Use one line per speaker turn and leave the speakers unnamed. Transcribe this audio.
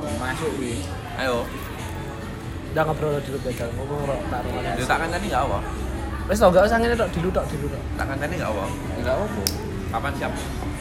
cuk wi.
Ayo,
Ndak ngobrol dulu begal, ngomong ora tak rumahan.
dia tak kandani gak apa?
Wis to, gak usah ngene tok dilutok dilutok.
Tak kandani gak apa?
Enggak apa-apa.
Kapan siap?